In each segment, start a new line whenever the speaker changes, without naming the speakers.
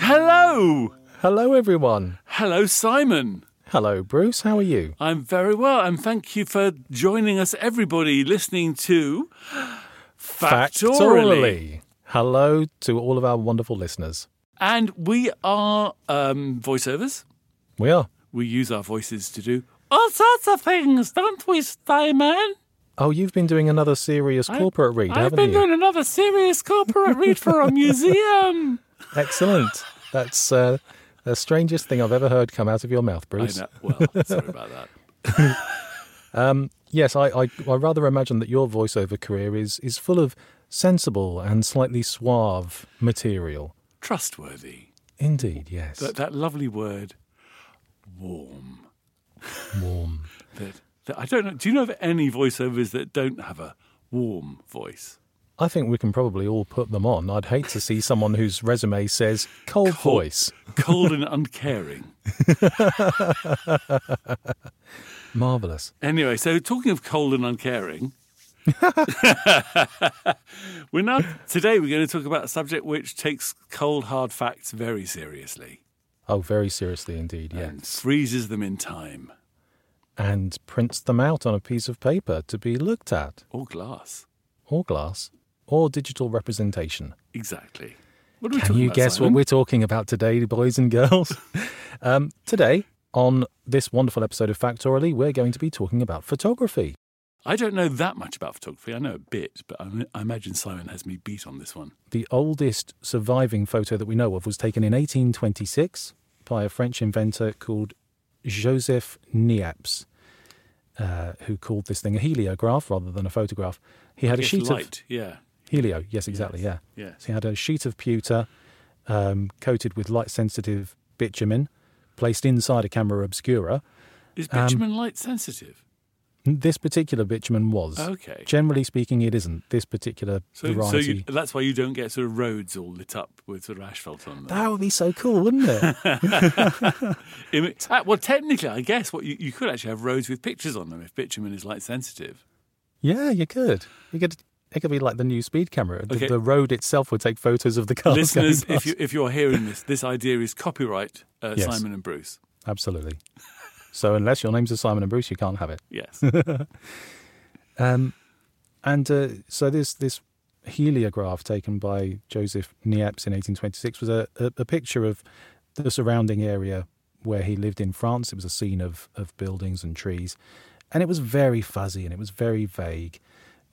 Hello.
Hello, everyone.
Hello, Simon.
Hello, Bruce. How are you?
I'm very well, and thank you for joining us, everybody, listening to Factorially.
Hello to all of our wonderful listeners.
And we are um, voiceovers.
We are.
We use our voices to do all sorts of things, don't we, Simon?
Oh, you've been doing another serious corporate read,
I've
haven't
been
you?
doing another serious corporate read for a museum.
Excellent. That's uh, the strangest thing I've ever heard come out of your mouth,
I
Bruce.
know. Well, sorry about that.
Yes, I, I, I rather imagine that your voiceover career is, is full of sensible and slightly suave material.
Trustworthy.
Indeed, yes.
That, that lovely word, warm.
Warm.
That, that I don't know. Do you know of any voiceovers that don't have a warm voice?
I think we can probably all put them on. I'd hate to see someone whose resume says cold, voice,
Cold and uncaring.
marvelous.
Anyway, so talking of cold and uncaring, we're now today we're going to talk about a subject which takes cold hard facts very seriously
Oh, very seriously indeed, yes.
and freezes them in time
and prints them out on a piece of paper to be looked at,
or glass.
or glass, or digital representation.
Exactly. What are we
Can
talking
you
about,
guess
Simon?
what we're talking about today, boys and girls? um, today, on this wonderful episode of Factorally, we're going to be talking about photography.
I don't know that much about photography. I know a bit, but I, I imagine Simon has me beat on this one.
The oldest surviving photo that we know of was taken in 1826 by a French inventor called Joseph Niepce, uh, who called this thing a heliograph rather than a photograph. He had a
It's
sheet of
light, yeah,
helio. Yes, exactly. Yeah.
yeah.
So he had a sheet of pewter um, coated with light sensitive bitumen placed inside a camera obscura.
Is
Um,
bitumen light sensitive?
This particular bitumen was.
Okay,
Generally speaking, it isn't. This particular
so so
variety.
you, that's why you don't get sort of roads all lit up with sort of asphalt on them.
That would be so cool, wouldn't it?
Im- ah, well, technically, I guess what you, you could actually have roads with pictures on them if bitumen is light sensitive.
yeah, you could. You could. It could be like the new speed camera. The,
Okay.
the road itself would take photos of the cars. going
Listeners, if
past.
you if you're hearing this, this idea is copyright uh,
Yes.
Simon and Bruce.
Absolutely. So unless your names are Simon and Bruce, you can't have it.
Yes,
Um, and uh, so this this heliograph taken by Joseph Niepce in 1826 was a, a, a picture of the surrounding area where he lived in France. It was a scene of of buildings and trees, and it was very fuzzy and it was very vague.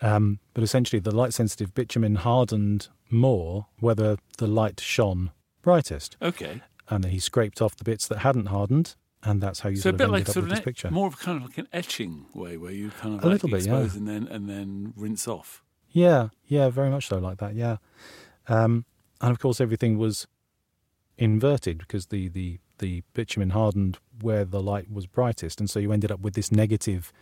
Um, but essentially, the light sensitive bitumen hardened more whether the light shone brightest,
okay.
and then he scraped off the bits that hadn't hardened, and that's how you
so a
sort
bit
of
like
ended up
sort
with
of
this
an,
picture.
e- more of kind of like an etching way where you kind of
A
like
little bit, yeah.
expose and then and then rinse off.
Yeah, yeah, very much so like that. Yeah, um, and of course everything was inverted because the the the bitumen hardened where the light was brightest, and so you ended up with this negative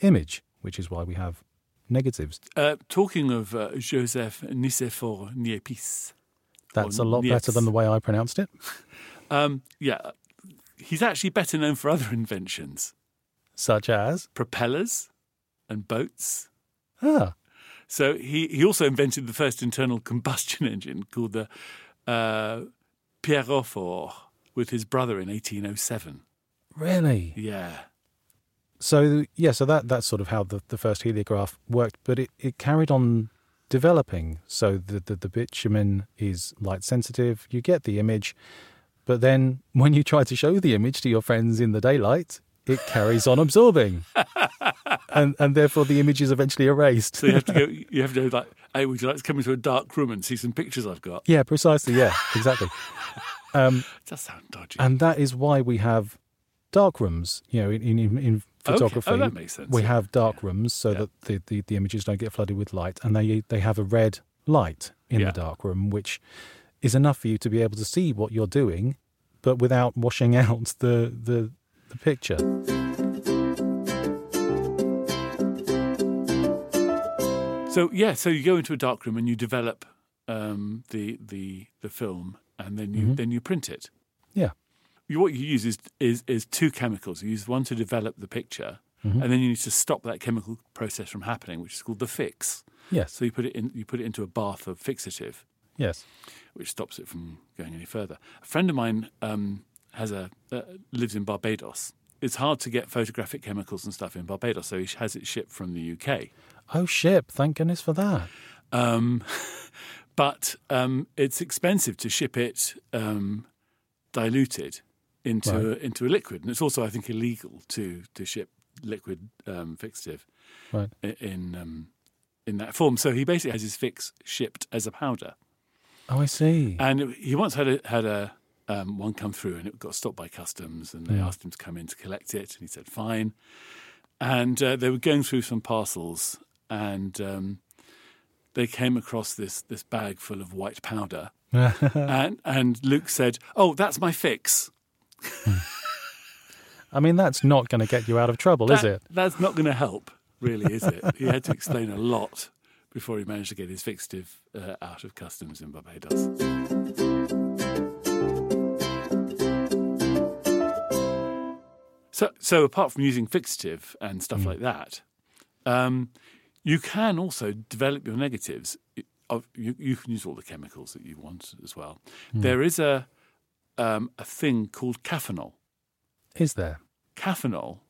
image, which is why we have negatives.
Uh, talking of uh, Joseph Nicéphore Niépce,
That's
Or
a lot better
yes.
than the way I pronounced it.
um, yeah, he's actually better known for other inventions,
Such as
propellers and boats.
ah,
So he, he also invented the first internal combustion engine called the uh, Pierrophore with his brother in 1807.
really?
Yeah.
So yeah, so that that's sort of how the, the first heliograph worked, but it, it carried on developing. So the, the the bitumen is light sensitive. You get the image, but then when you try to show the image to your friends in the daylight, it carries on absorbing, and and therefore the image is eventually erased.
So you have to go, you have to go like, hey, would you like to come into a dark room and see some pictures I've got?
yeah, precisely. Yeah, exactly. Um,
It does sound dodgy.
and that is why we have dark rooms. You know, in in, in- in
Okay.
photography,
Oh, that makes sense.
we
yeah.
have dark rooms so
Yeah.
that the, the, the images don't get flooded with light and they they have a red light in
Yeah.
the dark room which is enough for you to be able to see what you're doing but without washing out the the, the picture
So yeah, so you go into a dark room and you develop um, the the the film, and then you
Mm-hmm.
then you print it.
Yeah.
You, what you use is, is is two chemicals. You use one to develop the picture,
Mm-hmm.
and then you need to stop that chemical process from happening, which is called the fix.
yes
So you put it in you put it into a bath of fixative,
Yes.
which stops it from going any further. A friend of mine um, has a uh, lives in Barbados. It's hard to get photographic chemicals and stuff in Barbados, so he has it shipped from the UK.
Oh, ship. Thank goodness for that.
Um, but um, it's expensive to ship it um, diluted into into a liquid, and it's also, I think, illegal to to ship liquid um, fixative
Right.
i- in um, in that form. So he basically has his fix shipped as a powder.
Oh, I see.
And he once had a, had a um, one come through, and it got stopped by customs, and they
Yeah.
asked him to come in to collect it, and he said fine. And uh, they were going through some parcels, and um, they came across this this bag full of white powder, and and Luke said, "Oh, that's my fix."
I mean, that's not going to get you out of trouble, is
That-
it?
That's not going to help, really, is it? he had to explain a lot before he managed to get his fixative uh, out of customs in Barbados. So, so apart from using fixative and stuff
Mm.
like that, um, you can also develop your negatives. It- of- You, you can use all the chemicals that you want as well.
Mm.
There is a um, a thing called caffeinol,
Is there?
Caffeinol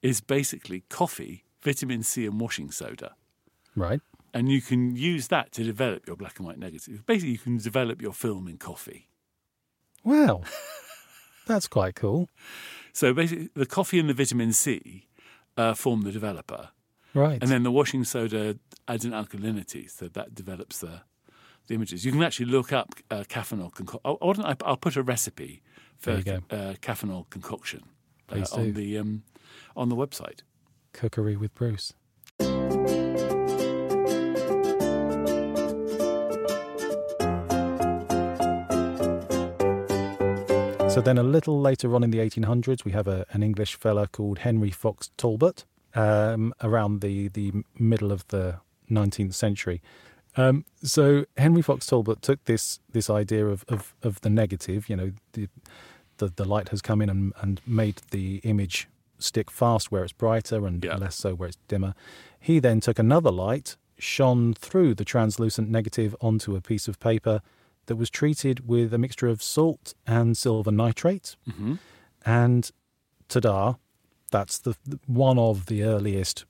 is basically coffee, vitamin C, and washing soda.
Right.
And you can use that to develop your black and white negative. Basically, you can develop your film in coffee.
Well, that's quite cool.
So basically, the coffee and the vitamin C uh, form the developer.
Right.
And then the washing soda adds an alkalinity, so that develops the, the images. You can actually look up uh, caffeinol concoction. I'll, I'll- I'll put a recipe for
There you
uh, caffeinol concoction uh,
Please
on,
do.
the, um, on the website.
Cookery with Bruce. So then, a little later on in the 1800s, we have a, an English fella called Henry Fox Talbot. Um, around the the middle of the 19th century, um, so Henry Fox Talbot took this this idea of of, of the negative, you know, the, the the light has come in and, and made the image stick fast where it's brighter and
Yeah.
less so where it's dimmer. He then took another light, shone through the translucent negative onto a piece of paper that was treated with a mixture of salt and silver nitrate,
hmm
and ta-da, that's the the- one of the earliest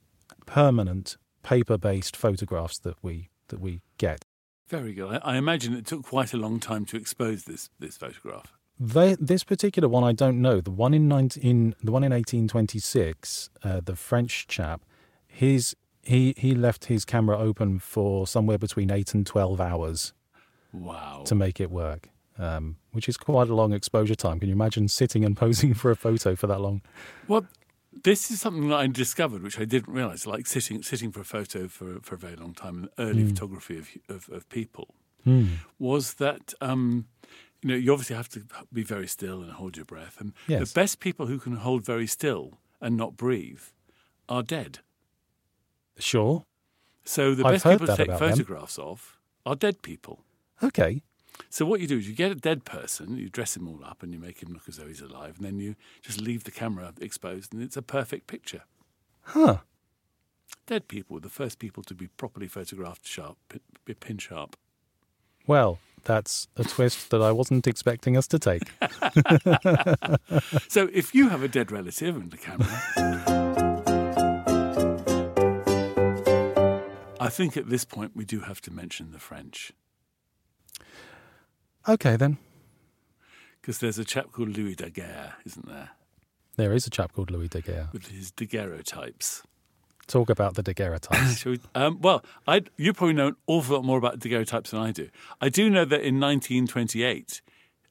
permanent paper-based photographs that we that we get.
Very good. I, I imagine it took quite a long time to expose this this photograph.
They, this particular one, I don't know. The one in 19, in- the one in eighteen twenty six, uh, the French chap, his he he left his camera open for somewhere between eight and twelve hours
Wow.
to make it work, um, which is quite a long exposure time. Can you imagine sitting and posing for a photo for that long?
Well, this is something that I discovered, which I didn't realize. Like sitting sitting for a photo for for a very long time, and
Hmm.
early photography of, of of people was that. Um, you know, you obviously have to be very still and hold your breath. And
Yes.
the best people who can hold very still and not breathe are dead.
Sure.
So the
I've
best
heard
people to
that
take
about them.
photographs of are dead people.
Okay.
So what you do is you get a dead person, you dress him all up, and you make him look as though he's alive, and then you just leave the camera exposed, and it's a perfect picture.
Huh.
Dead people were the first people to be properly photographed sharp, pi- pi- pin sharp.
Well, that's a twist that I wasn't expecting us to take.
So if you have a dead relative and a camera, I think at this point we do have to mention the French
Okay, then.
because there's a chap called Louis Daguerre, isn't there,
There is a chap called Louis Daguerre.
with his daguerreotypes.
Talk about the daguerreotypes.
Shall we, um, well, I, you probably know an awful lot more about daguerreotypes than I do. I do know that in 1928,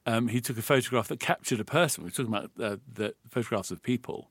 um, he took a photograph that captured a person. We're talking about uh, the photographs of people.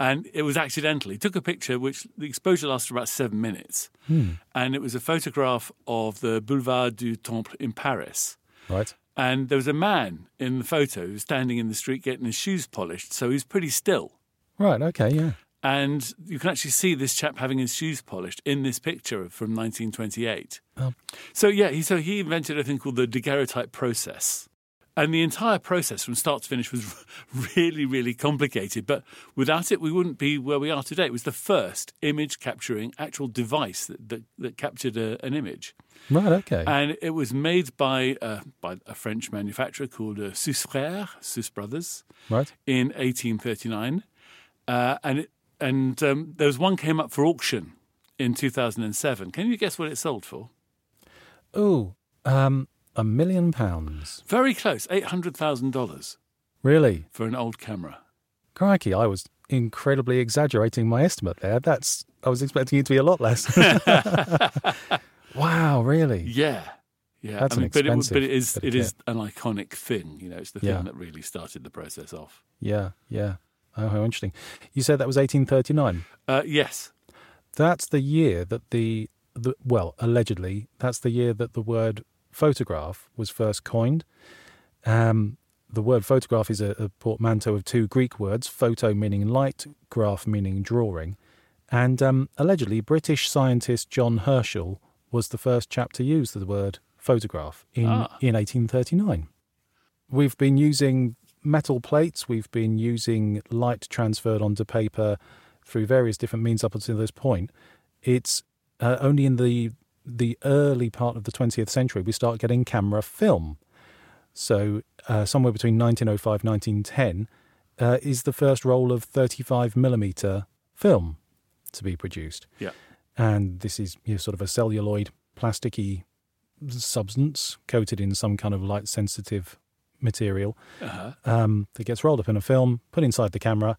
And it was accidental. He took a picture, which the exposure lasted about seven minutes. And it was a photograph of the Boulevard du Temple in Paris.
right.
And there was a man in the photo who was standing in the street getting his shoes polished. So he's pretty still.
Right. Okay. Yeah.
And you can actually see this chap having his shoes polished in this picture from 1928.
Oh.
So yeah, he, so he invented a thing called the daguerreotype process, And the entire process from start to finish was really, really complicated. But without it, we wouldn't be where we are today. It was the first image capturing actual device that, that, that captured a, an image.
Right. Okay.
And it was made by, uh, by a French manufacturer called uh, Suisse Frères, Suisse Brothers,
right.
in 1839. Uh, and it, and um, there was one came up for auction in 2007. Can you guess what it sold for?
Oh, um, a million pounds.
Very close, $800,000
Really?
for an old camera.
Crikey, I was incredibly exaggerating my estimate there. That's I was expecting it to be a lot less. wow, really?
Yeah. Yeah,
That's an
but, it,
expensive
but it is
bit of
it is
kit.
an iconic thing. You know, it's the
Yeah.
thing that really started the process off.
Yeah, yeah. Oh, how interesting. You said that was 1839.
Uh, yes,
That's the year that the, the well, allegedly, that's the year that the word photograph was first coined. Um, the word photograph is a, a portmanteau of two Greek words: photo meaning light, graph meaning drawing. And um, allegedly, British scientist John Herschel was the first chap to use the word photograph in,
Ah.
in 1839. We've been using metal plates, we've been using light transferred onto paper through various different means up until this point. It's uh, only in the the early part of the 20th century we start getting camera film. So uh, somewhere between 1905 1910 uh, is the first roll of 35 millimeter film to be produced.
Yeah.
And this is you know, sort of a celluloid, plasticky substance coated in some kind of light sensitive material
uh-huh.
um, that gets rolled up in a film, put inside the camera,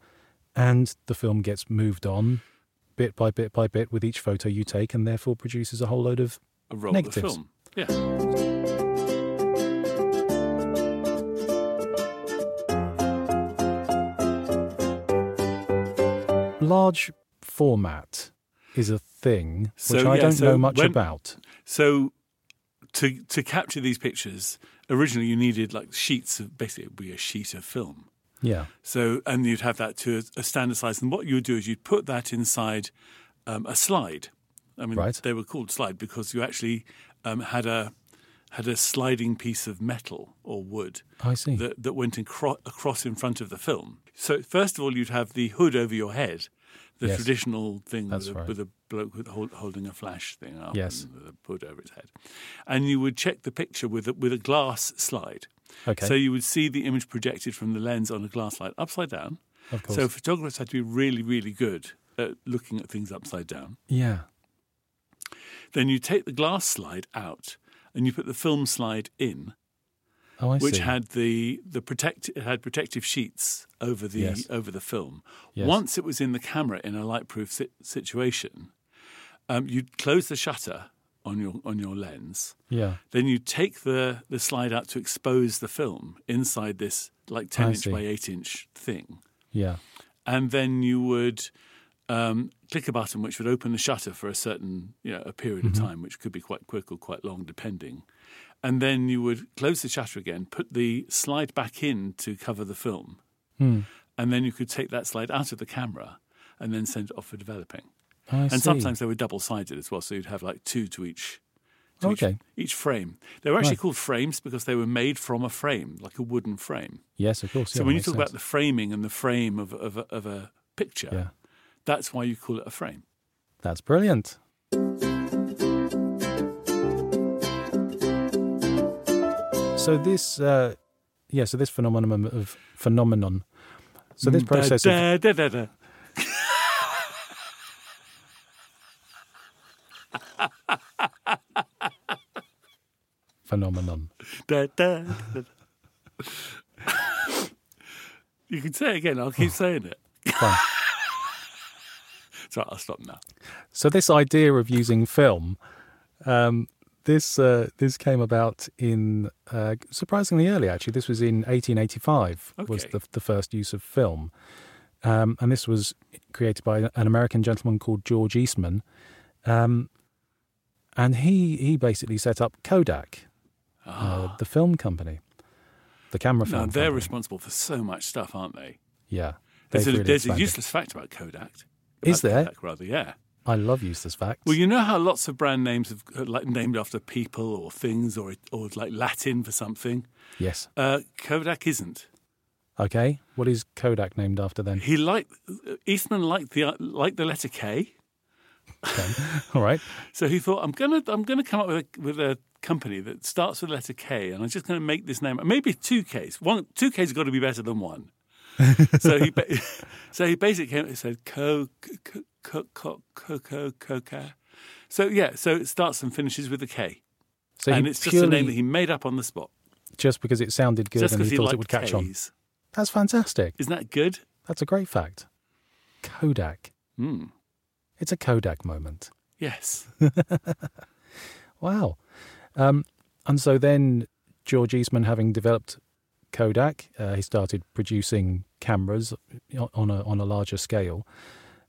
and the film gets moved on bit by bit by bit with each photo you take, and therefore produces a whole load of
a roll
Negatives.
of film. Yeah,
large format. Is a thing
So,
which I
yeah,
don't
so
know much
when-
about.
So, to to capture these pictures, originally you needed like sheets of basically it would be a sheet of film.
Yeah,
So, and you'd have that to a, a standard size. And what you would do is you'd put that inside um, a slide. I mean,
Right.
they were called slide because you actually um, had a had a sliding piece of metal or wood
I see.
that, that went in cro- across in front of the film. So first of all, you'd have the hood over your head, the
Yes.
traditional thing
That's
with, a,
right.
with a bloke with, hold, holding a flash thing up
Yes.
and with a hood over his head, and you would check the picture with a, with a glass slide.
okay,
So you would see the image projected from the lens on a glass slide upside down.
of course.
So photographers had to be really, really good at looking at things upside down.
yeah,
Then you take the glass slide out and you put the film slide in.
oh, I
which
see.
had the the protect it had protective sheets over the
Yes.
over the film.
Yes.
Once it was in the camera in a lightproof si- situation, um, you'd close the shutter on your on your lens.
yeah,
Then you take the the slide out to expose the film inside this like ten
I
inch
see.
by eight inch thing,
yeah,
and then you would. Um, click a button which would open the shutter for a certain, you know, a period
Mm-hmm.
of time, which could be quite quick or quite long, depending and then you would close the shutter again, put the slide back in to cover the film,
Hmm.
and then you could take that slide out of the camera and then send it off for developing.
I see.
and sometimes they were double sided as well, so you'd have like two to each. To each-
Okay.
Each, frame. They were actually
Right.
called frames because they were made from a frame, like a wooden frame.
yes, of course.
So
yeah,
when you
makes
talk
sense.
about the framing and the frame of, of, a- of a picture,
yeah,
that's why you call it a frame.
that's brilliant. So this, uh, yeah, so this phenomenon of phenomenon. So this process of
Mm, Da, da, da, da.
phenomenon.
Da, da, da, da. you can say it again. I'll keep saying it.
Oh. Fine.
It's right, I'll stop now.
So this idea of using film, um, this uh, this came about in uh, surprisingly early. Actually, this was in 1885. Was
Okay.
the the first use of film, um, and this was created by an American gentleman called George Eastman, um, and he he basically set up Kodak, uh, the film company, the camera film.
Ah. Now, they're
company.
responsible for so much stuff, aren't they?
yeah.
There's,
they've
a,
really
there's a
expanded.
useless fact about Kodak.
Is
About
there?
Kodak, rather, yeah.
I love useless facts.
Well, you know how lots of brand names have uh, like named after people or things or or like Latin for something.
yes.
Uh, Kodak isn't.
Okay. What is Kodak named after then?
He liked uh, Eastman liked the liked the letter K,
All right.
so he thought I'm gonna I'm gonna come up with a, with a company that starts with the letter K, and I'm just gonna make this name. Maybe two Ks. One two Ks got to be better than one. so he ba- so he basically came up and said co co co co co co coca. So yeah, so it starts and finishes with a K,
So
and
he
it's just
purely,
a name that he made up on the spot.
just because it sounded good
Just
and
because he
he, thought
liked
it would catch on.
Ks.
That's fantastic.
Isn't that good?
That's a great fact. Kodak.
Hmm.
It's a Kodak moment.
Yes.
Wow. Um, and so then George Eastman, having developed Kodak, uh, he started producing cameras o- on a on a larger scale,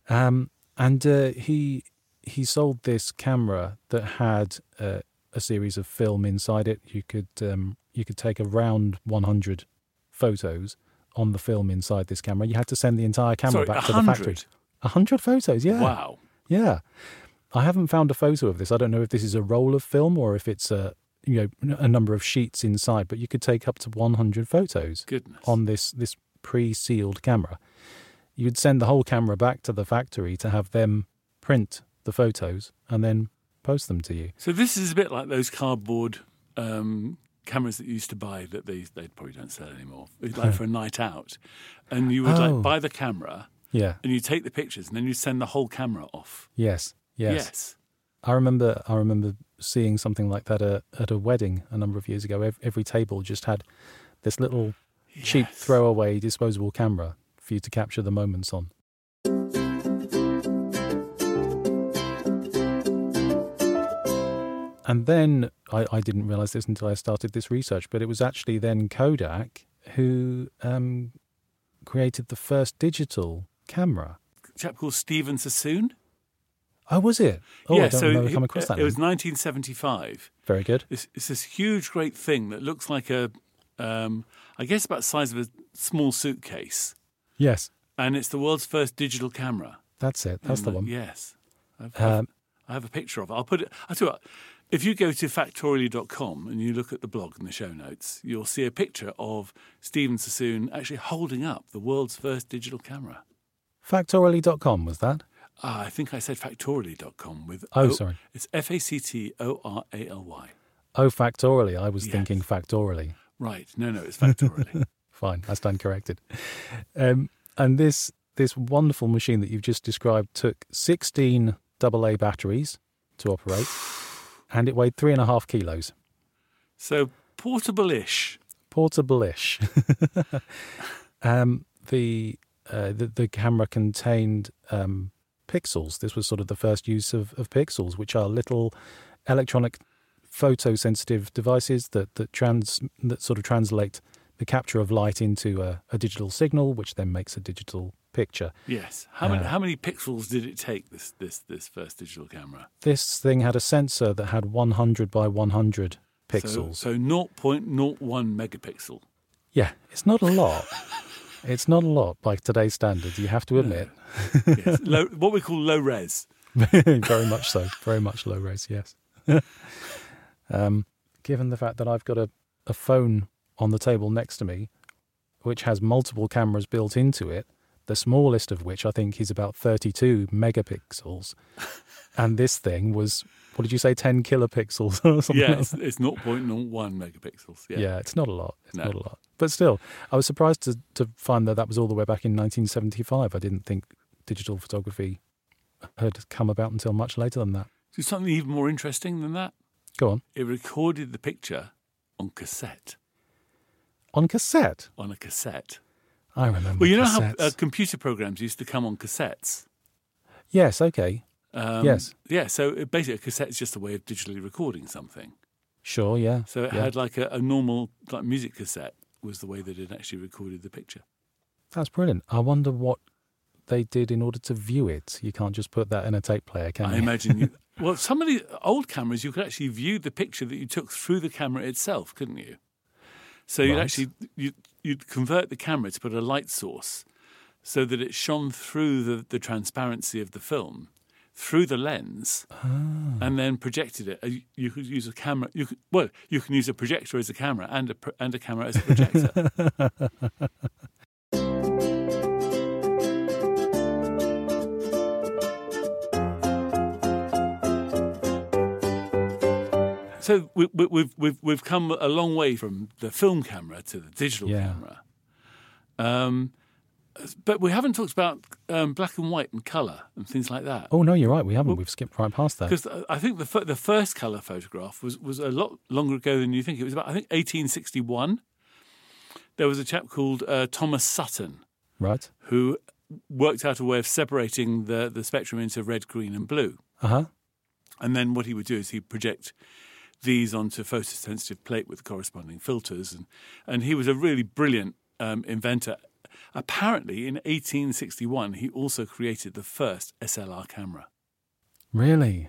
um, and uh, he he sold this camera that had uh, a series of film inside it. You could um, you could take around 100 photos on the film inside this camera. You had to send the entire camera
Sorry,
back to the factory.
100.
100 photos, yeah.
Wow.
Yeah. I haven't found a photo of this. I don't know if this is a roll of film or if it's a you know a number of sheets inside, but you could take up to 100 photos
Goodness.
on this this pre-sealed camera. You'd send the whole camera back to the factory to have them print the photos and then post them to you.
So this is a bit like those cardboard um, cameras that you used to buy that they they probably don't sell anymore, like for a night out, and you would
Oh.
like buy the camera
Yeah.
and you take the pictures and then you send the whole camera off.
Yes. Yes. I remember I remember seeing something like that at, at a wedding a number of years ago. Ev- Every table just had this little cheap
Yes.
throwaway disposable camera for you to capture the moments on. And then I, I didn't realize this until I started this research, but it was actually then Kodak who um, created the first digital camera.
A chap called Stephen Sassoon.
Oh, was it? Oh, I don't
so
remember
he-
come across that.
It was
name.
1975.
Very good.
It's, it's this huge, great thing that looks like a, um, I guess, about the size of a small suitcase,
Yes,
and it's the world's first digital camera.
that's it. That's
And,
the
uh,
one.
Yes. I've, I've-
Um,
I have a picture of it. I'll put it. I tell you what, if you go to factorially.com and you look at the blog and the show notes, you'll see a picture of Stephen Sassoon actually holding up the world's first digital camera.
Factorially.com was that?
Ah, I think I said factorially.com with.
Oh,
O-
sorry.
It's F A C T O R A L Y.
Oh, factorially. I was
Yes.
thinking factorially.
Right. No, no, it's factorially.
Fine, I stand corrected. Um, and this this wonderful machine that you've just described took 16 AA batteries to operate, and it weighed three and a half kilos.
so portable ish.
Portable-ish. um, the, uh, the the camera contained um, pixels. This was sort of the first use of, of pixels, which are little electronic photosensitive devices that that trans that sort of translate the capture of light into a, a digital signal, which then makes a digital picture.
Yes. How, many, how many pixels did it take, this, this, this first digital camera?
This thing had a sensor that had 100 by 100
So-
pixels.
So, 0.01 megapixel.
Yeah, it's not a lot. it's not a lot by today's standards. You have to admit.
Yes. low, what we call low res.
very much so. Very much low res, yes. um, given the fact that I've got a, a phone on the table next to me, which has multiple cameras built into it, the smallest of which I think is about 32 megapixels. and this thing was, what did you say, 10 kilopixels or something?
Yeah, it's, it's 0.01 megapixels. Yeah.
Yeah. it's not a lot. It's
No.
not a lot. But still, I was surprised to, to find that that was all the way back in 1975. I didn't think digital photography had come about until much later than that.
So something even more interesting than that,
Go on.
it recorded the picture on cassette.
on cassette.
On a cassette.
I remember.
Well, you know
cassettes.
how uh, computer programs used to come on cassettes?
yes. Okay.
Um,
Yes.
Yeah, so it- basically a cassette's just a way of digitally recording something.
Sure. Yeah.
So it
yeah.
had like a, a normal like music cassette was the way that it actually recorded the picture.
That's brilliant. I wonder what they did in order to view it. You can't just put that in a tape player, can
I
you?
imagine you. Well, some of the old cameras, you could actually view the picture that you took through the camera itself, couldn't you? So you'd
Right.
actually you'd, you'd convert the camera to put a light source so that it shone through the, the transparency of the film. through the lens and then projected it. Uh, you- You could use a camera. You could, well, you can use a projector as a camera and a pro- and a camera as a projector. So we, we, we've we've we've come a long way from the film camera to the digital
Yeah.
camera. Um, but we haven't talked about um, black and white and color and things like that.
Oh no, you're right. We haven't. We've skipped right past that.
Because uh, I think the fir- the first color photograph was was a lot longer ago than you think. It was about I think 1861. There was a chap called uh, Thomas Sutton
Right.
who worked out a way of separating the the spectrum into red, green, and blue.
Uh huh.
And then what he would do is he'd project these onto photosensitive plate with corresponding filters. And, and he was a really brilliant um, inventor. Apparently, in 1861, he also created the first SLR camera.
Really.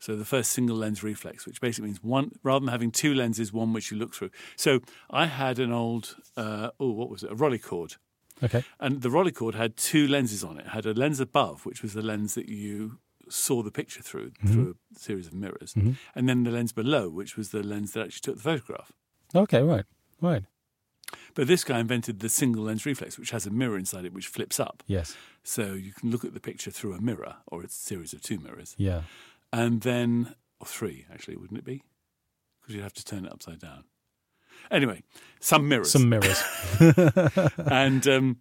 So the first single lens reflex, which basically means one, rather than having two lenses, one which you look through. So I had an old, uh, oh, what was it? A Rolly cord.
Okay.
And the Rolly cord had two lenses on it. It had a lens above, which was the lens that you saw the picture through through a series of mirrors, and then the lens below, which was the lens that actually took the photograph.
Okay. Right. Right.
But this guy invented the single lens reflex, which has a mirror inside it, which flips up,
Yes.
so you can look at the picture through a mirror or it's a series of two mirrors,
Yeah.
and then or three actually, wouldn't it be? Because you'd have to turn it upside down. Anyway, some mirrors.
Some mirrors.
and um,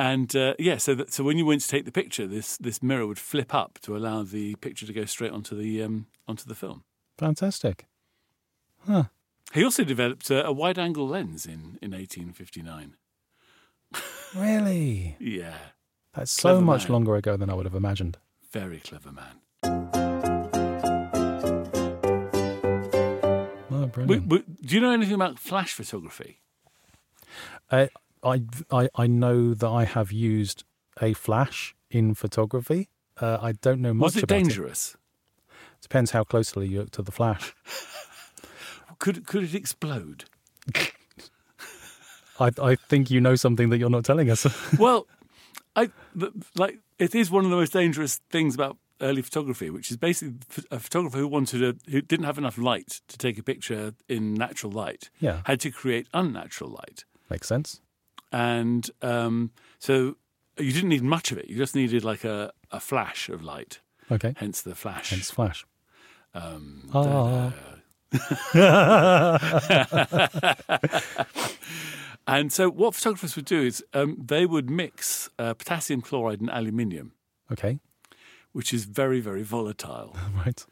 and uh, yeah, so that, so when you went to take the picture, this this mirror would flip up to allow the picture to go straight onto the um, onto the film.
Fantastic.
He also developed a, a wide angle lens in in 1859.
Really.
Yeah,
That's so
Clever
much
man.
longer ago than I would have imagined.
very clever man.
Oh,
We,
brilliant.
we, do you know anything about flash photography?
I, I, I, I know that I have used a flash in photography. Uh, I don't know much
Was it
about
dangerous?
it. Depends how closely you look to the flash.
Could could it explode?
I, I think you know something that you're not telling us.
well, I th- like it is one of the most dangerous things about early photography, which is basically ph- a photographer who wanted a, who didn't have enough light to take a picture in natural light,
Yeah.
had to create unnatural light,
Makes sense.
and um, so you didn't need much of it. You just needed like a, a flash of light,
Okay.
hence the flash.
Hence flash.
um, uh,
Ah.
and so what photographers would do is um, they would mix uh, potassium chloride and aluminium,
Okay.
which is very very volatile.
Right.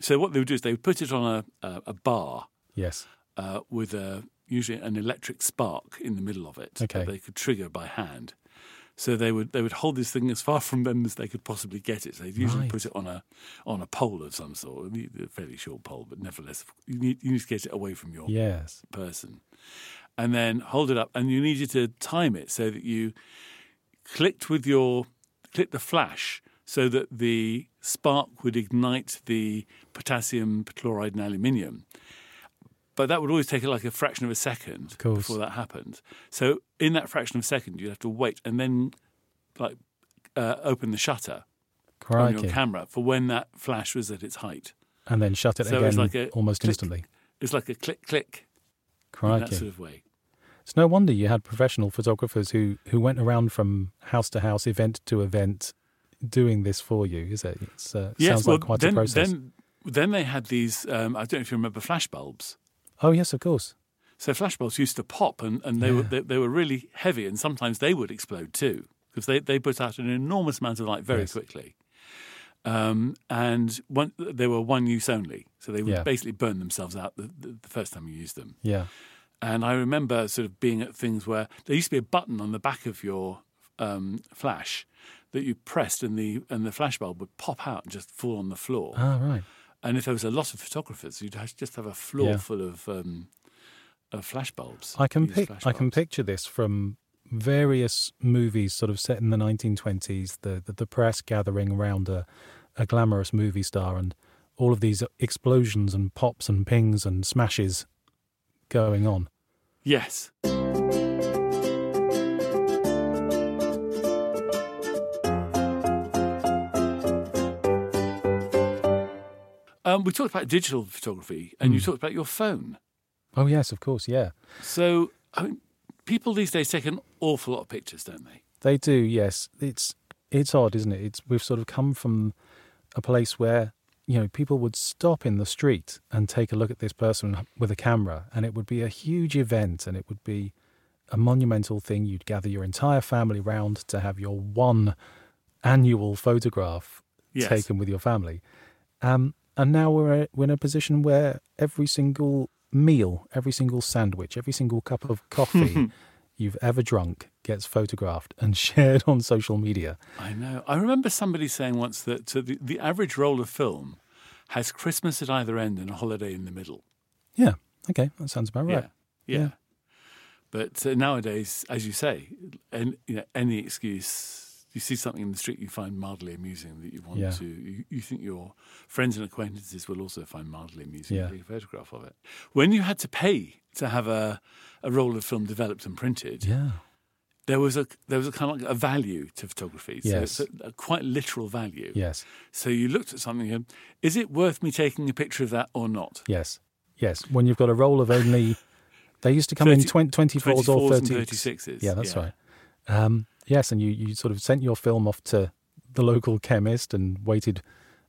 So what they would do is they would put it on a a, a bar
Yes.
uh, with a usually an electric spark in the middle of it
Okay.
that they could trigger by hand. So they would they would hold this thing as far from them as they could possibly get it. So they'd usually
Right.
put it on a on a pole of some sort, a fairly short pole, but nevertheless you need you need to get it away from your
Yes.
person, and then hold it up, and you needed to time it so that you clicked with your click the flash so that the spark would ignite the potassium chloride and aluminium. But that would always take like a fraction of a second
course.
before that happened. So in that fraction of a second, you'd have to wait and then like uh, open the shutter on
Crikey.
your camera for when that flash was at its height.
And then shut it
So
again
it's like a
almost
click,
instantly.
It's like a click click in that
Crikey.
sort of way.
It's no wonder you had professional photographers who, who went around from house to house, event to event, doing this for you, is it? It's, uh, sounds like quite
then,
a process.
Then, then they had these. Um, I don't know if you remember flash bulbs.
oh, yes, of course.
So flash bulbs used to pop, and, and they were they, they were really heavy, and sometimes they would explode too because they, they put out an enormous amount of light very
Yes.
quickly. Um, and one, they were one use only, so they would
Yeah.
basically burn themselves out the, the, the first time you used them.
Yeah.
And I remember sort of being at things where there used to be a button on the back of your um, flash that you pressed, and the and the flash bulb would pop out and just fall on the floor.
Ah, right.
And if there was a lot of photographers, you'd have, just have a floor
Yeah.
full of um, of flash bulbs.
I can
These
pic-
flash
I can
bulbs.
picture this from various movies, sort of set in the 1920s. The the, the press gathering around a, a glamorous movie star, and all of these explosions and pops and pings and smashes going on.
Yes. Um, we talked about digital photography, and
Hmm.
you talked about your phone.
Oh yes, of course, yeah.
So, I mean, people these days take an awful lot of pictures, don't they?
They do, yes. It's it's odd, isn't it? It's we've sort of come from a place where you know people would stop in the street and take a look at this person with a camera, and it would be a huge event, and it would be a monumental thing. You'd gather your entire family round to have your one annual photograph
Yes.
taken with your family. Um, and now we're we're in a position where every single meal, every single sandwich, every single cup of coffee you've ever drunk gets photographed and shared on social media.
I know. I remember somebody saying once that uh, the, the average roll of film has Christmas at either end and a holiday in the middle.
Yeah. Okay, that sounds about right.
Yeah. Yeah.
Yeah.
But uh, nowadays, as you say, and you know, any excuse you see something in the street you find mildly amusing that you want
Yeah.
to, you, you think your friends and acquaintances will also find mildly amusing.
Yeah.
Take a photograph of it. When you had to pay to have a, a roll of film developed and printed,
Yeah.
there was a there was a kind of like a value to photography. So
Yes.
it's a, a quite literal value.
Yes.
So you looked at something and is it worth me taking a picture of that or not?
Yes. Yes. When you've got a roll of only they used to come in
30
20, 24s
24s
or 30s.
and 36s.
Yeah, that's right. Um, yes, and you, you sort of sent your film off to the local chemist and waited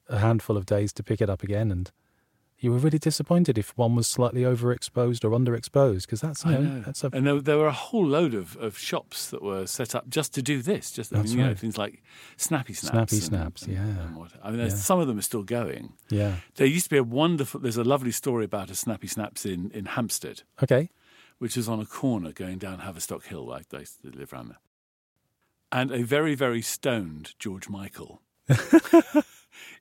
a handful of days to pick it up again. And you were really disappointed if one was slightly overexposed or underexposed because that's, you
I
know,
know. Uh,
that's a.
and there, there were a whole load of, of shops that were set up just to do this. Just I mean,
That's
you know,
right.
things like snappy snaps.
Snappy
and-
Snaps,
and-
yeah.
and what- I mean, there's-
Yeah.
some of them are still going.
Yeah.
There used to be a wonderful. There's a lovely story about a snappy snaps in in Hampstead,
Okay.
which is on a corner going down Haverstock Hill. Like they used to live around there. And a very very stoned George Michael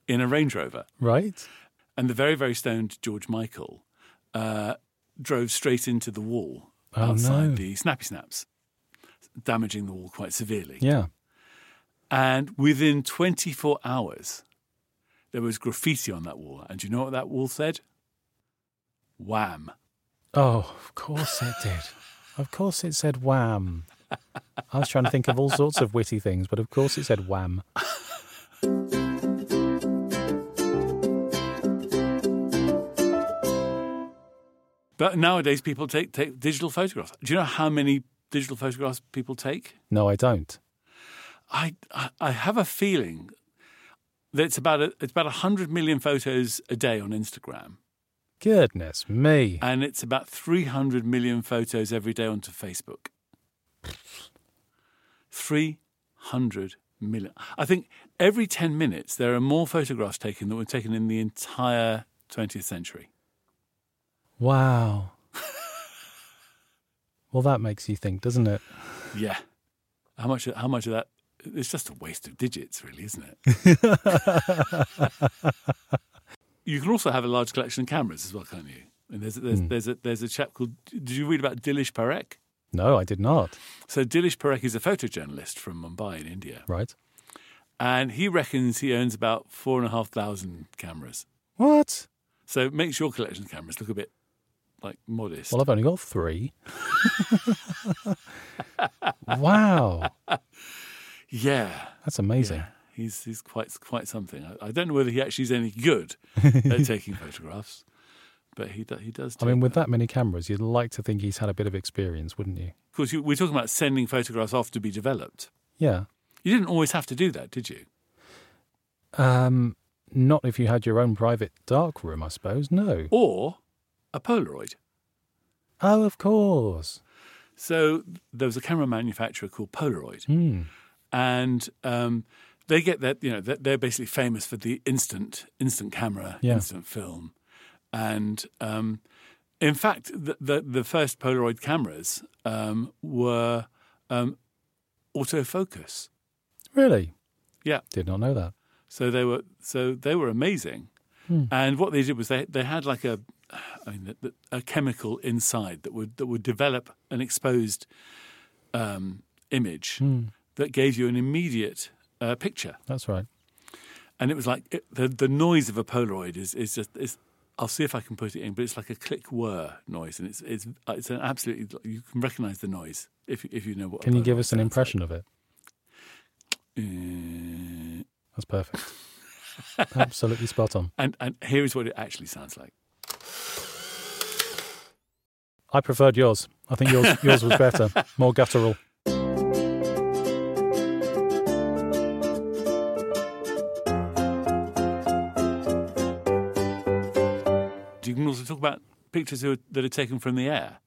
in a Range Rover.
Right.
And the very, very stoned George Michael uh, drove straight into the wall
Oh,
outside
no.
the Snappy Snaps, damaging the wall quite severely.
Yeah.
And within 24 hours, there was graffiti on that wall. And do you know what that wall said? Wham.
Oh, of course it did. Of course it said wham. I was trying to think of all sorts of witty things, but of course it said wham.
But nowadays, people take, take digital photographs. Do you know how many digital photographs people take?
No, I don't.
I, I- I have a feeling that it's about, a, it's about 100 million photos a day on Instagram.
Goodness me.
and it's about 300 million photos every day onto Facebook. 300 million. I think every 10 minutes there are more photographs taken than were taken in the entire 20th century.
Wow. well, that makes you think, doesn't it?
Yeah. How much how much of that it's just a waste of digits really, isn't it? you can also have a large collection of cameras as well, can't you? And there's there's there's a there's a chap called Did you read about Dilish Parekh?
No, I did not.
So Dilish Parekh is a photojournalist from Mumbai in India.
Right.
and he reckons he owns about four and a half thousand cameras.
What?
So it makes your collection of cameras look a bit like modest.
Well, I've only got three. wow.
yeah,
That's amazing.
yeah. He's he's quite quite something. I, I don't know whether he actually is any good at taking photographs, but he do, he does.
I
Take
mean, with
them.
that many cameras, you'd like to think he's had a bit of experience, wouldn't you?
of course, you, we're talking about sending photographs off to be developed.
Yeah.
You didn't always have to do that, did you?
Um, not if you had your own private dark room, I suppose. No.
Or a Polaroid.
Oh, of course.
So there was a camera manufacturer called Polaroid,
Hmm.
and um, they get that you know they're- they're basically famous for the instant instant camera
Yeah.
instant film and um, in fact the, the the first polaroid cameras um, were um, autofocus
Really?
Yeah.
Did not know that.
so they were so they were amazing and what they did was they they had like a I mean, the- the- a chemical inside that would that would develop an exposed um, image that gave you an immediate uh, picture
That's right.
and it was like it, the the noise of a Polaroid is is just is. I'll see if I can put it in, but it's like a click whir noise, and it's it's it's an absolutely you can recognise the noise if you- if you know what. a
Can you give
Polaroid
us an
sounds like.
impression of it?
Uh,
That's perfect. Absolutely spot on.
And and here is what it actually sounds like.
I preferred yours. I think yours yours was better, more guttural.
You can also talk about pictures who are- that are taken from the air.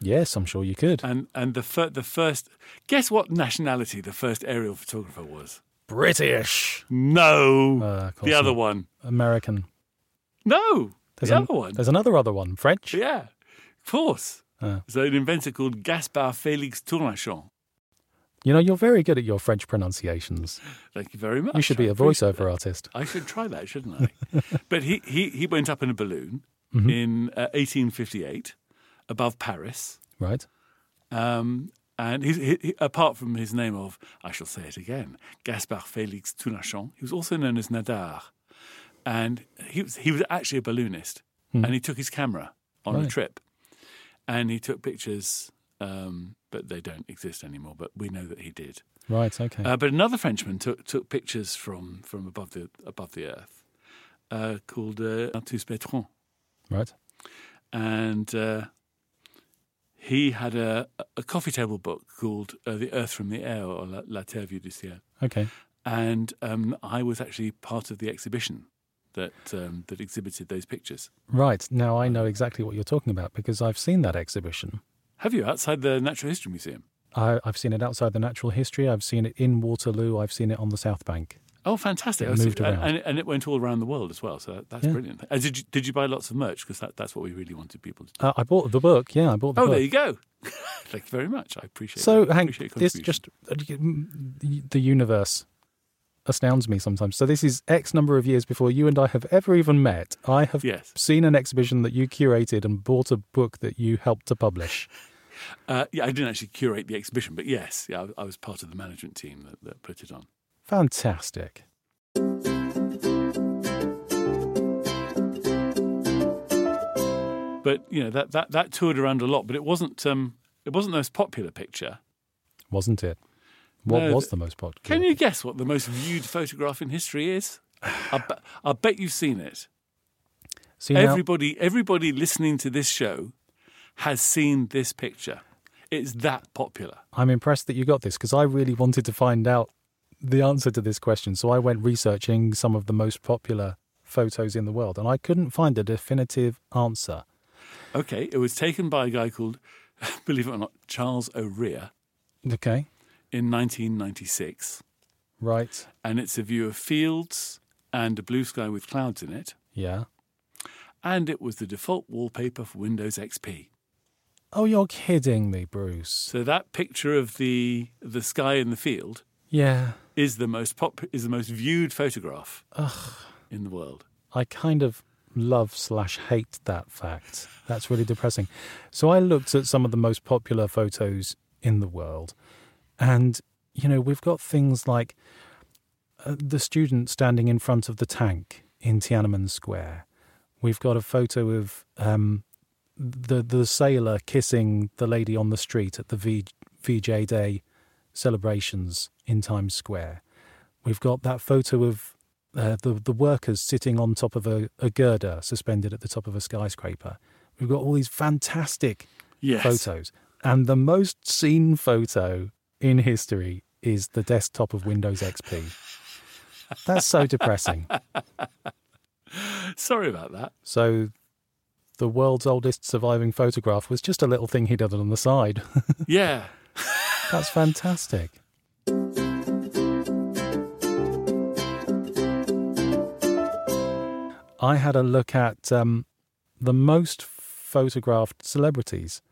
Yes, I'm sure you could.
And and the fir- the first guess what nationality the first aerial photographer was?
British.
No,
Uh, of course
the other
not.
one.
American.
No,
There's
the
an-
other one.
There's another other one. French.
Yeah, of course.
Ah.
So an inventor called Gaspard Félix Tournanchamp.
You know, you're very good at your French pronunciations.
Thank you very much.
You should be
I
a
appreciate
voiceover
that.
artist.
I should try that, shouldn't I? but he, he, he went up in a balloon
Mm-hmm.
in uh, 1858 above Paris.
Right.
Um, and he, he, he- apart from his name of, I shall say it again, Gaspard Félix Tournachon, he was also known as Nadar. And he was, he was actually a balloonist. And he took his camera on a
Hmm. Right.
trip. And he took pictures, um, but they don't exist anymore. But we know that he did.
Right. Okay.
Uh, but another Frenchman took took pictures from from above the above the earth, uh, called uh, Artus Bertrand,
right.
and uh, he had a a coffee table book called uh, The Earth from the Air or La, La Terre Vue du Ciel,
Okay.
and um, I was actually part of the exhibition that um, that exhibited those pictures.
Right. Now I know exactly what you're talking about because I've seen that exhibition.
Have you outside the Natural History Museum?
I, I've seen it outside the Natural History. I've seen it in Waterloo. I've seen it on the South Bank.
Oh, fantastic!
It
I was-
moved around.
and, and it went all around the world as well. So that's
Yeah.
brilliant. And did you did you buy lots of merch? Because that, that's what we really wanted people to do.
Uh, I bought the book. Yeah, I bought the
Oh,
book.
there you go. Thank you very much. I appreciate
so,
that.
Hank,
appreciate your
this
contribution.
just uh, the universe astounds me sometimes. So, this is X number of years before you and I have ever even met. I have
Yes.
seen an exhibition that you curated and bought a book that you helped to publish.
Uh, yeah, I didn't actually curate the exhibition, but yes, yeah, I, I was part of the management team that, that put it on.
Fantastic.
But you know that that, that toured around a lot, but it wasn't um, it wasn't the most popular picture.
Wasn't it? What
No,
was
th-
the most popular?
Can you guess what the most viewed photograph in history is? I, be- I bet you've seen it.
See, now,
Everybody, everybody listening to this show has seen this picture. It's that popular.
I'm impressed that you got this because I really wanted to find out the answer to this question. So I went researching some of the most popular photos in the world and I couldn't find a definitive answer.
Okay, it was taken by a guy called, believe it or not, Charles O'Rea
Okay.
in 1996.
Right.
and it's a view of fields and a blue sky with clouds in it.
Yeah.
And it was the default wallpaper for Windows XP.
Oh, you're kidding me, Bruce.
So that picture of the the sky in the field
Yeah.
is the most pop is the most viewed photograph in the world.
I kind of love slash hate that fact. That's really depressing. So I looked at some of the most popular photos in the world, and you know we've got things like uh, the student standing in front of the tank in Tiananmen Square. We've got a photo of um, the the sailor kissing the lady on the street at the v, VJ Day celebrations in Times Square. We've got that photo of uh, the the workers sitting on top of a, a girder suspended at the top of a skyscraper. We've got all these fantastic
Yes.
photos, and the most seen photo in history is the desktop of Windows XP. That's so depressing.
Sorry about that.
So, the world's oldest surviving photograph was just a little thing he did on the side.
Yeah.
That's fantastic. I had a look at um, the most photographed celebrities.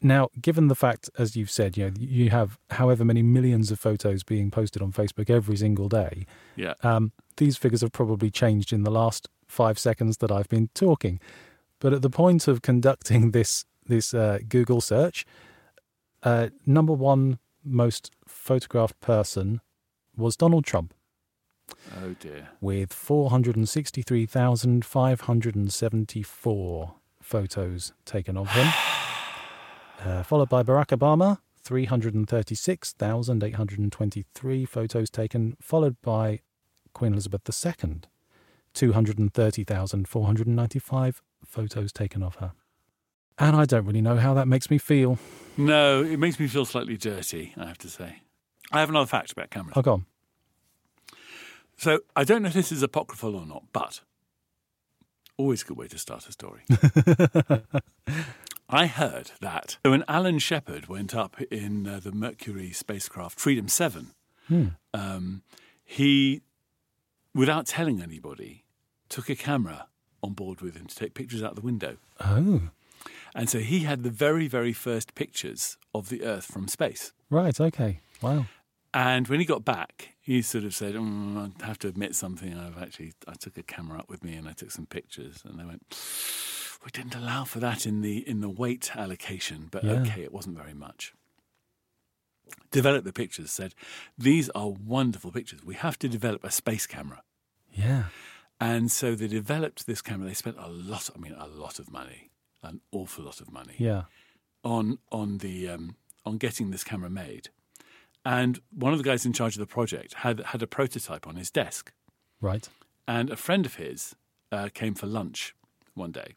Now, given the fact, as you've said, you know, you have however many millions of photos being posted on Facebook every single day,
Yeah.
um, these figures have probably changed in the last five seconds that I've been talking. But at the point of conducting this this uh, Google search, uh, number one most photographed person was Donald Trump
Oh dear.
with 463,574 photos taken of him, uh, followed by Barack Obama, 336,823 photos taken, followed by Queen Elizabeth II. 230,495 photos taken of her. And I don't really know how that makes me feel.
No, it makes me feel slightly dirty, I have to say. I have another fact about cameras.
Oh, go on.
So I don't know if this is apocryphal or not, but always a good way to start a story. I heard that when Alan Shepard went up in uh, the Mercury spacecraft Freedom 7,
Hmm.
um, he, without telling anybody, took a camera on board with him to take pictures out the window.
Oh,
And so he had the very, very first pictures of the Earth from space.
right. Okay. Wow.
And when he got back, he sort of said, mm, I have to admit something. I've actually, I took a camera up with me and I took some pictures. And they went, we didn't allow for that in the, in the weight allocation, but
Yeah.
okay, it wasn't very much. Developed the pictures, said, these are wonderful pictures. We have to develop a space camera.
Yeah.
And so they developed this camera. They spent a lot, I mean, a lot of money, an awful lot of money
Yeah.
on on the um, on getting this camera made, and one of the guys in charge of the project had had a prototype on his desk,
Right.
and a friend of his uh, came for lunch one day,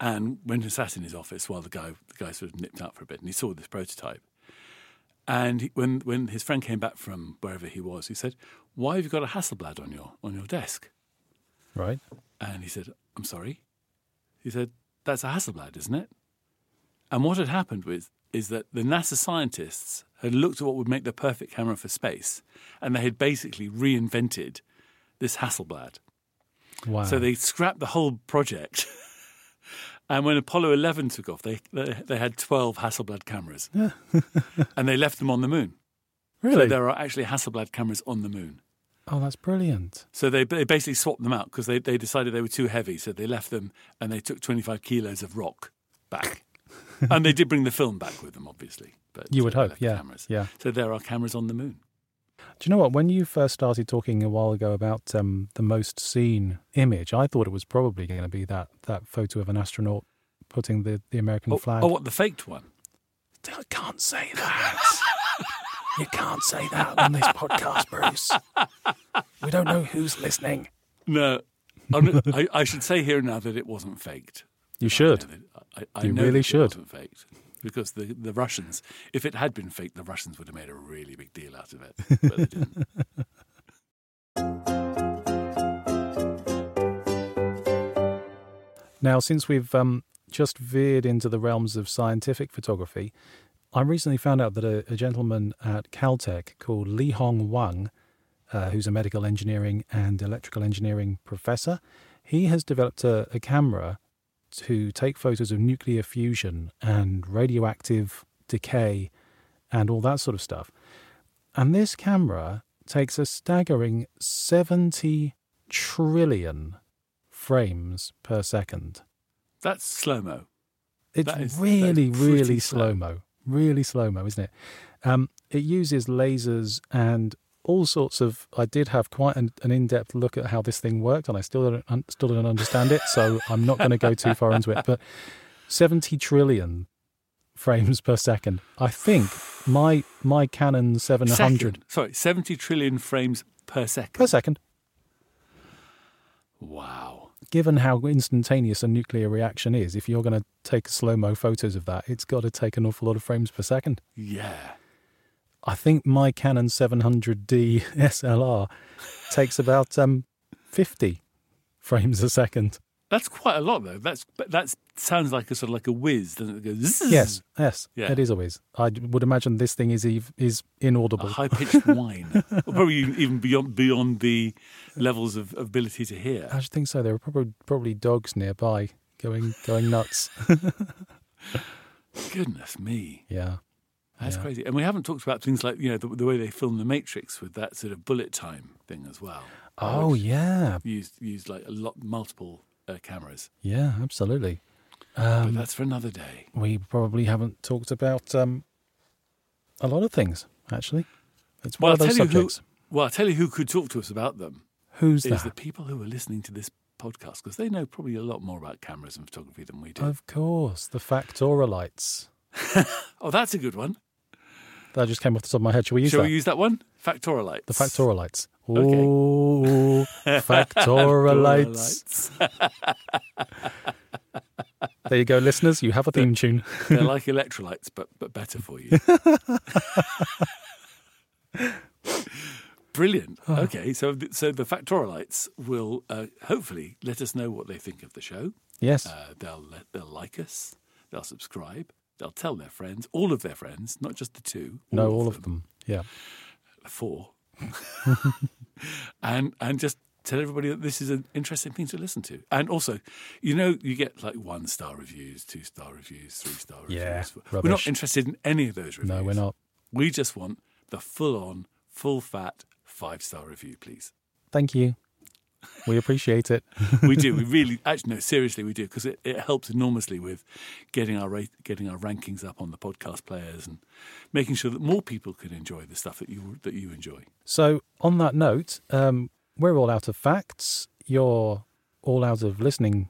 and went and sat in his office while the guy the guy sort of nipped out for a bit, and he saw this prototype, and he, when when his friend came back from wherever he was, he said, "Why have you got a Hasselblad on your on your desk?"
Right.
And he said, I'm sorry. He said, That's a Hasselblad, isn't it? And what had happened was, is that the NASA scientists had looked at what would make the perfect camera for space, and they had basically reinvented this Hasselblad.
Wow.
So they scrapped the whole project. and when Apollo 11 took off, they, they, they had 12 Hasselblad cameras. and they left them on the moon. So
really?
there are actually Hasselblad cameras on the moon.
oh, that's brilliant.
So they, they basically swapped them out because they, they decided they were too heavy. So they left them and they took 25 kilos of rock back. and they did bring the film back with them, obviously. But
You
so
would
they
hope.
left the
Yeah.
Cameras.
Yeah.
So there are cameras on the moon.
Do you know what? When you first started talking a while ago about um, the most seen image, I thought it was probably going to be that that photo of an astronaut putting the, the American
Oh,
flag.
oh, what, the faked one?
I can't say that. you can't say that on this podcast, Bruce. We don't know who's listening.
No. I'm- I, I should say here now that it wasn't faked.
You should.
I, I
You
know
really
that
should.
It wasn't faked because the, the Russians, if it had been faked, the Russians would have made a really big deal out of it. But they didn't.
Now, since we've um, just veered into the realms of scientific photography, I recently found out that a, a gentleman at Caltech called Li Hong Wang, uh, who's a medical engineering and electrical engineering professor, he has developed a, a camera to take photos of nuclear fusion and radioactive decay and all that sort of stuff. And this camera takes a staggering 70 trillion frames per second.
That's slow mo.
It's
That is- that is
really,
pretty
really
slow.
slow mo. Really slow mo, isn't it? Um, it uses lasers and all sorts of. I did have quite an, an in-depth look at how this thing worked, and I still don't un- still don't understand it. So I'm not going to go too far into it. But 70 trillion frames per second. I think my my Canon 700
Second. Sorry, 70 trillion frames per second.
per second.
Wow.
Given how instantaneous a nuclear reaction is, if you're going to take slow mo photos of that, it's got to take an awful lot of frames per second.
Yeah.
I think my Canon 700D SLR takes about um, 50 frames a second.
That's quite a lot though. That's but that sounds like a sort of like a whiz, doesn't it? it? goes zzz,
Yes, yes,
Yeah.
it is always. I would imagine this thing is ev- is
A
inaudible.
high pitched whine. Or probably even beyond beyond the levels of ability to hear.
I should think so. There are probably probably dogs nearby going going nuts.
Goodness me.
yeah,
That's
Yeah.
crazy. And we haven't talked about things like, you know, the, the way they film the Matrix with that sort of bullet time thing as well.
Oh yeah,
Used used like a lot multiple uh, cameras.
yeah, absolutely. Um,
But that's for another day.
We probably haven't talked about um, a lot of things actually. It's one
Well,
of
I'll
those
tell you who-
subjects.
Well, I'll tell you who could talk to us about them.
Who's
is
that?
the people who are listening to this podcast because they know probably a lot more about cameras and photography than we do.
Of course, the Factoralites.
oh, that's a good one.
That just came off the top of my head. Shall we use
Shall
that?
we use that one? Factoralites.
the Factoralites,
Okay.
Oh, factorialites. There you go, listeners. You have a theme tune.
They're like electrolytes, but but better for you. Brilliant. Okay, so th- so the factorialites will uh, hopefully let us know what they think of the show.
Yes.
Uh, they'll let, they'll like us. They'll subscribe. They'll tell their friends, all of their friends, not just the two.
no, all of them. Yeah.
four, and and just tell everybody that this is an interesting thing to listen to. And also, you know, you get like one star reviews, two star reviews, three star reviews.
Yeah,
we're not
rubbish.
interested in any of those reviews.
No, we're not.
We just want the full on, full fat five star review, please.
Thank you. We appreciate it.
We do. we really, actually, no, seriously, we do because it, it helps enormously with getting our rate, getting our rankings up on the podcast players and making sure that more people can enjoy the stuff that you that you enjoy.
So, on that note, um, we're all out of facts. You're all out of listening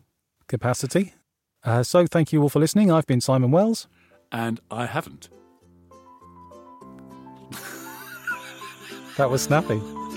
capacity. Uh, so, thank you all for listening. I've been Simon Wells.
And I haven't.
That was snappy.